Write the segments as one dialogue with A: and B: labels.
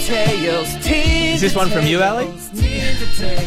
A: tails, teens.
B: Is this one from you, Ali?
A: Teens to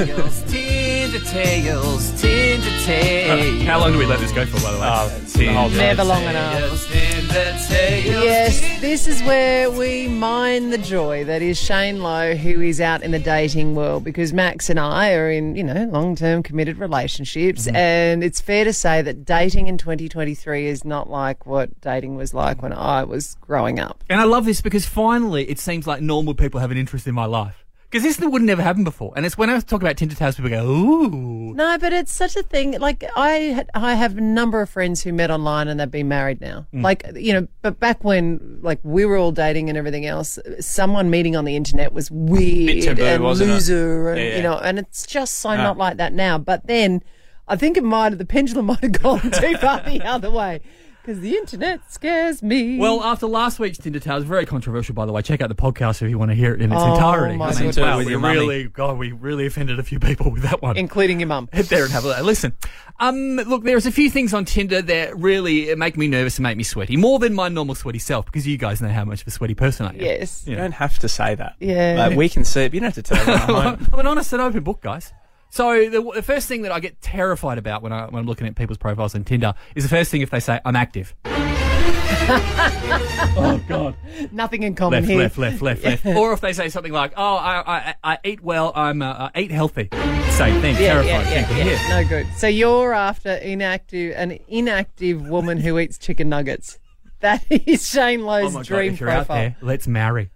A: tails, teens to tails, teens to tails.
C: How long do we let this go for, by the way?
B: Oh,
C: The whole
B: teens.
C: time.
D: Never long enough.
A: Tails, teens to tails.
D: Yes, this is where we mine the joy that is Shane Lowe, who is out in the dating world because Max and I are in, you know, long term committed relationships. And it's fair to say that dating in 2023 is not like what dating was like when I was growing up.
C: And I love this because finally it seems like normal people have an interest in my life. Because this would never happen before. And it's when I talk about Tinder tales, people go, ooh.
D: No, but it's such a thing. Like I, had- I have a number of friends who met online and they've been married now. Like you know, but back when like we were all dating and everything else, someone meeting on the internet was weird
B: taboo,
D: and
B: wasn't it?
D: loser, and
B: Yeah.
D: you know, and it's just so not like that now. But then, I think it might have the pendulum might have gone too far the other way because the internet scares me.
C: Well, uh, after last week's Tinder tales, very controversial, by the way. Check out the podcast if you want to hear it in its
D: Oh,
C: entirety.
D: my
C: I
D: goodness.
C: we
B: Wow, with your mummy.
C: really, God, we really offended a few people with that one.
D: including your mum.
C: Hit there and have a listen. Um, look, there's a few things on Tinder that really make me nervous and make me sweaty, more than my normal sweaty self, because you guys know how much of a sweaty person I am.
D: Yes.
B: You don't have to say that.
D: Yeah.
B: Like, we can see it. but You don't have to tell everyone. at home.
C: I'm an honest and open book, guys. So the, the first thing that I get terrified about when, I, when I'm looking at people's profiles on Tinder is the first thing if they say I'm active. oh God!
D: Nothing in common
C: Left,
D: here.
C: left, left, left, left. Or if they say something like, "Oh, I, I, I eat well. I'm uh, I eat healthy." Same thing.
D: Yeah,
C: terrified.
D: yeah, yeah,
C: people.
D: yeah.
C: Yeah.
D: No good. So you're after inactive, an inactive woman who eats chicken nuggets. That is Shane
C: Oh
D: Lowe's
C: my God,
D: dream
C: if you're out
D: profile.
C: there, let's marry.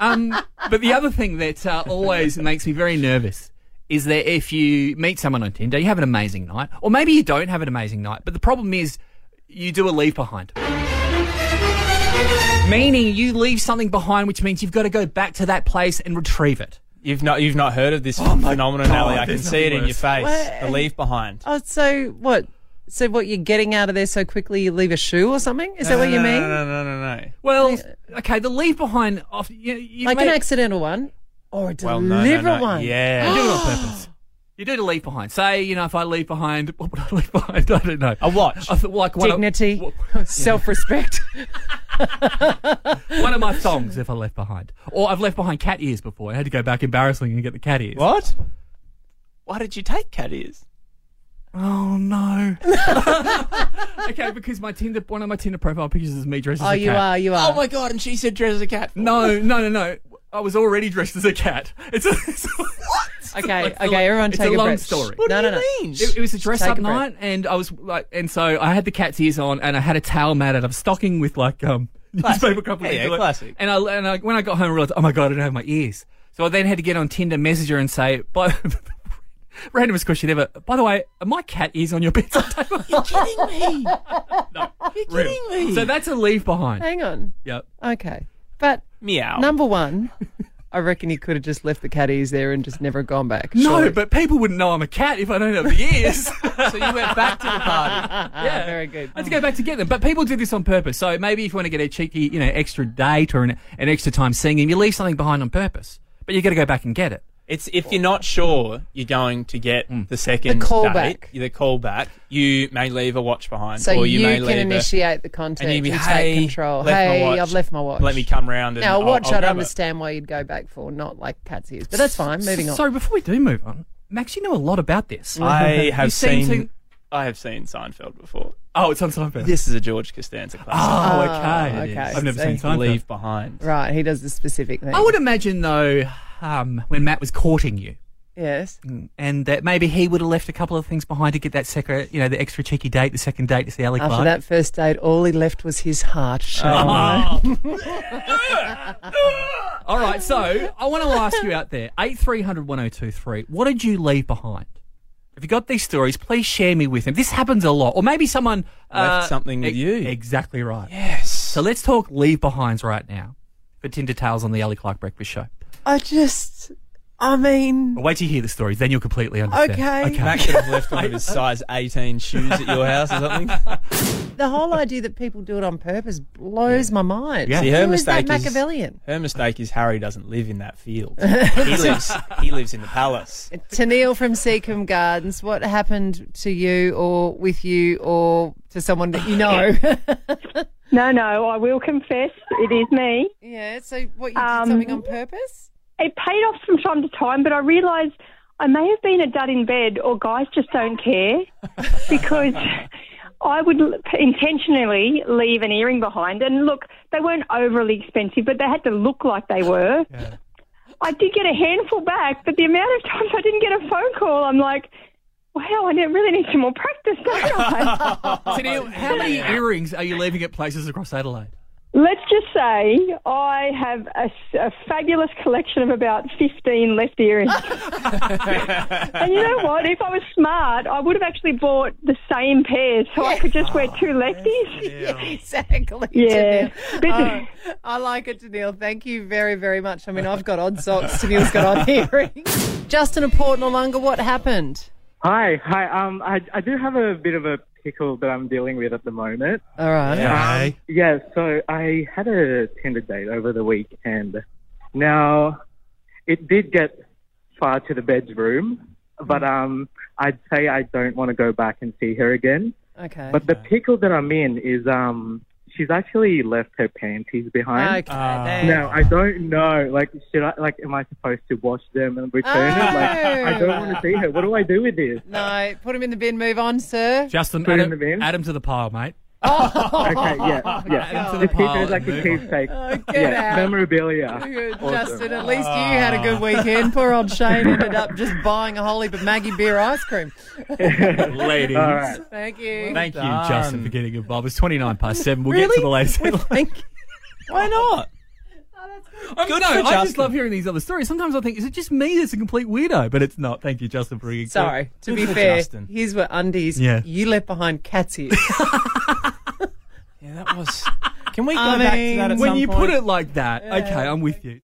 C: um, but the other thing that uh, always makes me very nervous is that if you meet someone on Tinder, you have an amazing night, or maybe you don't have an amazing night, but the problem is you do a leave behind. Meaning you leave something behind, which means you've got to go back to that place and retrieve it.
B: You've not you've not heard of this
D: Oh
C: my
B: phenomenon,
C: God,
B: Ali. I can
C: there's
B: see it in
C: nothing
B: your face.
D: worse.
B: The leave behind.
D: Oh, so what? So what? You're getting out of there so quickly? You leave a shoe or something? Is that what
B: No,
D: you
B: no,
D: mean?
B: No, no, no, no, no.
C: Well, okay, the leave behind, of- you, you
D: Like an
C: may-
D: accidental one or a
B: Well,
D: deliberate
B: no, no, no.
D: one?
C: you do
B: Yeah.
C: it on purpose. You do the leave behind. Say, you know, if I leave behind, what would I leave behind? I don't know.
B: A watch.
C: I thought, like one of-
D: Dignity, self-respect.
C: one of my thongs if I left behind. Or I've left behind cat ears before. I had to go back embarrassingly and get the cat ears.
B: What? Why did you take cat ears?
C: Oh no. okay, because my Tinder one of my Tinder profile pictures is me dressed as
D: oh,
C: a
D: you
C: cat.
D: are. You are.
B: Oh my god! And she said dress as a cat.
C: No, no, no, no. I was already dressed as a cat. It's a, it's a-
D: okay.
C: it's a-
D: okay. Everyone,
C: it's
D: take
C: a long
D: breath.
C: story.
B: What
D: no,
B: do
D: no,
B: you
D: no.
B: mean?
C: It, it was a dress
D: take
C: up
D: a breath.
C: night, and I was like, and so I had the cat's ears on, and I had a towel matted up, stocking with like um
B: Classic.
C: newspaper crumpling.
B: Yeah, yeah, classic.
C: And I and I, when I got home, I realized, oh my god, I don't have my ears. So I then had to get on Tinder Messenger and say, by the randomest question ever, by the way, are my cat ears on your bedside table? You're
B: kidding me.
C: Real.
B: kidding me.
C: So that's a leave behind.
D: Hang on.
C: Yep.
D: Okay. But
B: Meow.
D: Number one, I reckon you could have just left the caddies there and just never gone back.
C: No,
D: surely.
C: but people wouldn't know I'm a cat if I don't have the ears.
B: So you went back to the party.
C: yeah,
D: Ah, very good.
C: I had to go back to get them. But people do this on purpose. So maybe if you want to get a cheeky, you know, extra date or an, an extra time seeing him, you leave something behind on purpose. But you got to go back and get it.
B: It's if you're not sure you're going to get the second
D: The
B: date,
D: callback.
B: the callback, you may leave a watch behind,
D: So
B: or
D: you,
B: you, may
D: can
B: leave a,
D: initiate the contact.
B: and you
D: You,
B: be,
D: take
B: hey,
D: control.
B: left my
D: hey,
B: watch.
D: I've left my watch.
B: Let me come round and
D: Now, a
B: I'll-
D: watch,
B: I'll
D: I'd
B: grab it."
D: understand why you'd go back for, not like cat's ears. But that's fine. Moving on. Mm.
C: So before we do move on, Max, you know a lot about this.
B: I
C: You
B: have
C: seem
B: seen,
C: to-
B: I have seen Seinfeld before.
C: oh, it's on Seinfeld.
B: This is a George Costanza classic.
C: Oh,
D: Ah,
C: okay.
D: okay.
C: I've never
D: So-
C: seen Seinfeld.
B: Leave behind.
D: Right, he does the specific thing.
C: I would imagine though, um, when Matt was courting you,
D: Yes.
C: and that maybe he would have left a couple of things behind to get that second, you know, the extra cheeky date, the second date to see Ali
D: After
C: Clark.
D: that first date, all he left was his
B: Oh.
D: heart.
C: All right, so I want to ask you out there, 8300 1023, what did you leave behind? If you got these stories, please share me with them. This happens a lot. Or maybe someone
B: Left something with
C: ex-
B: you.
C: Exactly right.
B: Yes.
C: So let's talk leave behinds right now for Tinder Tales on the Ali Clark Breakfast Show.
D: I just, I mean,
C: But wait till you hear the stories, then you'll completely understand.
D: Okay.
B: Matt could have left one of his size 18 shoes at your house or something.
D: the whole idea that people do it on purpose blows my mind.
C: Yeah.
B: See, her
D: Who is that
B: mistake is-
D: Machiavellian?
B: Her mistake is Harry doesn't live in that field. he lives. He lives in the palace.
D: Tanil from Seacombe Gardens, what happened to you or with you or to someone that you know?
E: No, no, I will confess it is me.
D: Yeah, so what, you did
E: Um,
D: something on purpose?
E: It paid off from time to time, but I realised I may have been a dud in bed, or guys just don't care because I would l- intentionally leave an earring behind. And look, they weren't overly expensive, but they had to look like they were. I did get a handful back, but the amount of times I didn't get a phone call, I'm like, wow, I ne- really need some more practice, don't I?
C: Tennille, how many earrings are you leaving at places across Adelaide?
E: Let's just say I have a, s- a fabulous collection of about 15 left earrings. and you know what? If I was smart, I would have actually bought the same pair so I could just wear two lefties.
D: Yeah, exactly.
E: Yeah.
D: Janelle.
E: But-
D: Oh, I like it, Janelle. Thank you very, very much. I mean, I've got odd socks. Janelle's got odd earrings. Justin of Port Noarlunga, what happened?
F: Hi, hi. Um, I, I do have a bit of a pickle that I'm dealing with at the moment.
D: All right.
G: Okay.
F: Yeah, so I had a Tinder date over the weekend. Now, it did get far to the bedroom, but um, I'd say I don't want to go back and see her again.
D: Okay.
F: But the pickle that I'm in is um, she's actually left her panties behind.
D: okay.
B: Uh,
D: there.
F: Now I don't know. Like, should I? Like, am I supposed to wash them and return them? Like, I don't want to see her. What do I do with this?
D: Oh! No, put him in the bin. Move on, sir.
C: Justin,
F: Put it in
C: Adam,
F: the bin.
C: Adam to the pile, mate.
F: Okay, yeah,
C: Add
F: yeah.
C: them to the
F: Just keep
C: pile
F: it as like
C: and
F: a
C: move on.
F: keepsake.
D: get
F: yeah,
D: out.
F: memorabilia.
D: Good, Justin, at least you had a good
F: Ah.
D: weekend. Poor old Shane ended up just buying a whole heap of Maggie beer ice cream.
C: Ladies.
F: All right.
D: Thank you.
C: Thank you,
B: done.
C: Justin, for getting involved. It's 29 past 7. We'll get
D: Really?
C: to the latest.
D: Thank you.
B: Why not?
C: I
B: Oh, Good
C: no,
B: for
C: I just
B: Justin.
C: love hearing these other stories. Sometimes I think, is it just me that's a complete weirdo? But it's not. Thank you, Justin, for bringing
D: Sorry. To be
B: for
D: fair,
B: Justin.
D: here's what undies
C: Yeah.
D: you left behind cat's ears.
B: Yeah, that was. Can we go
D: I
B: back to that
D: mean,
B: at
C: When
B: some
C: you
B: point?
C: put it like that, okay, I'm with you.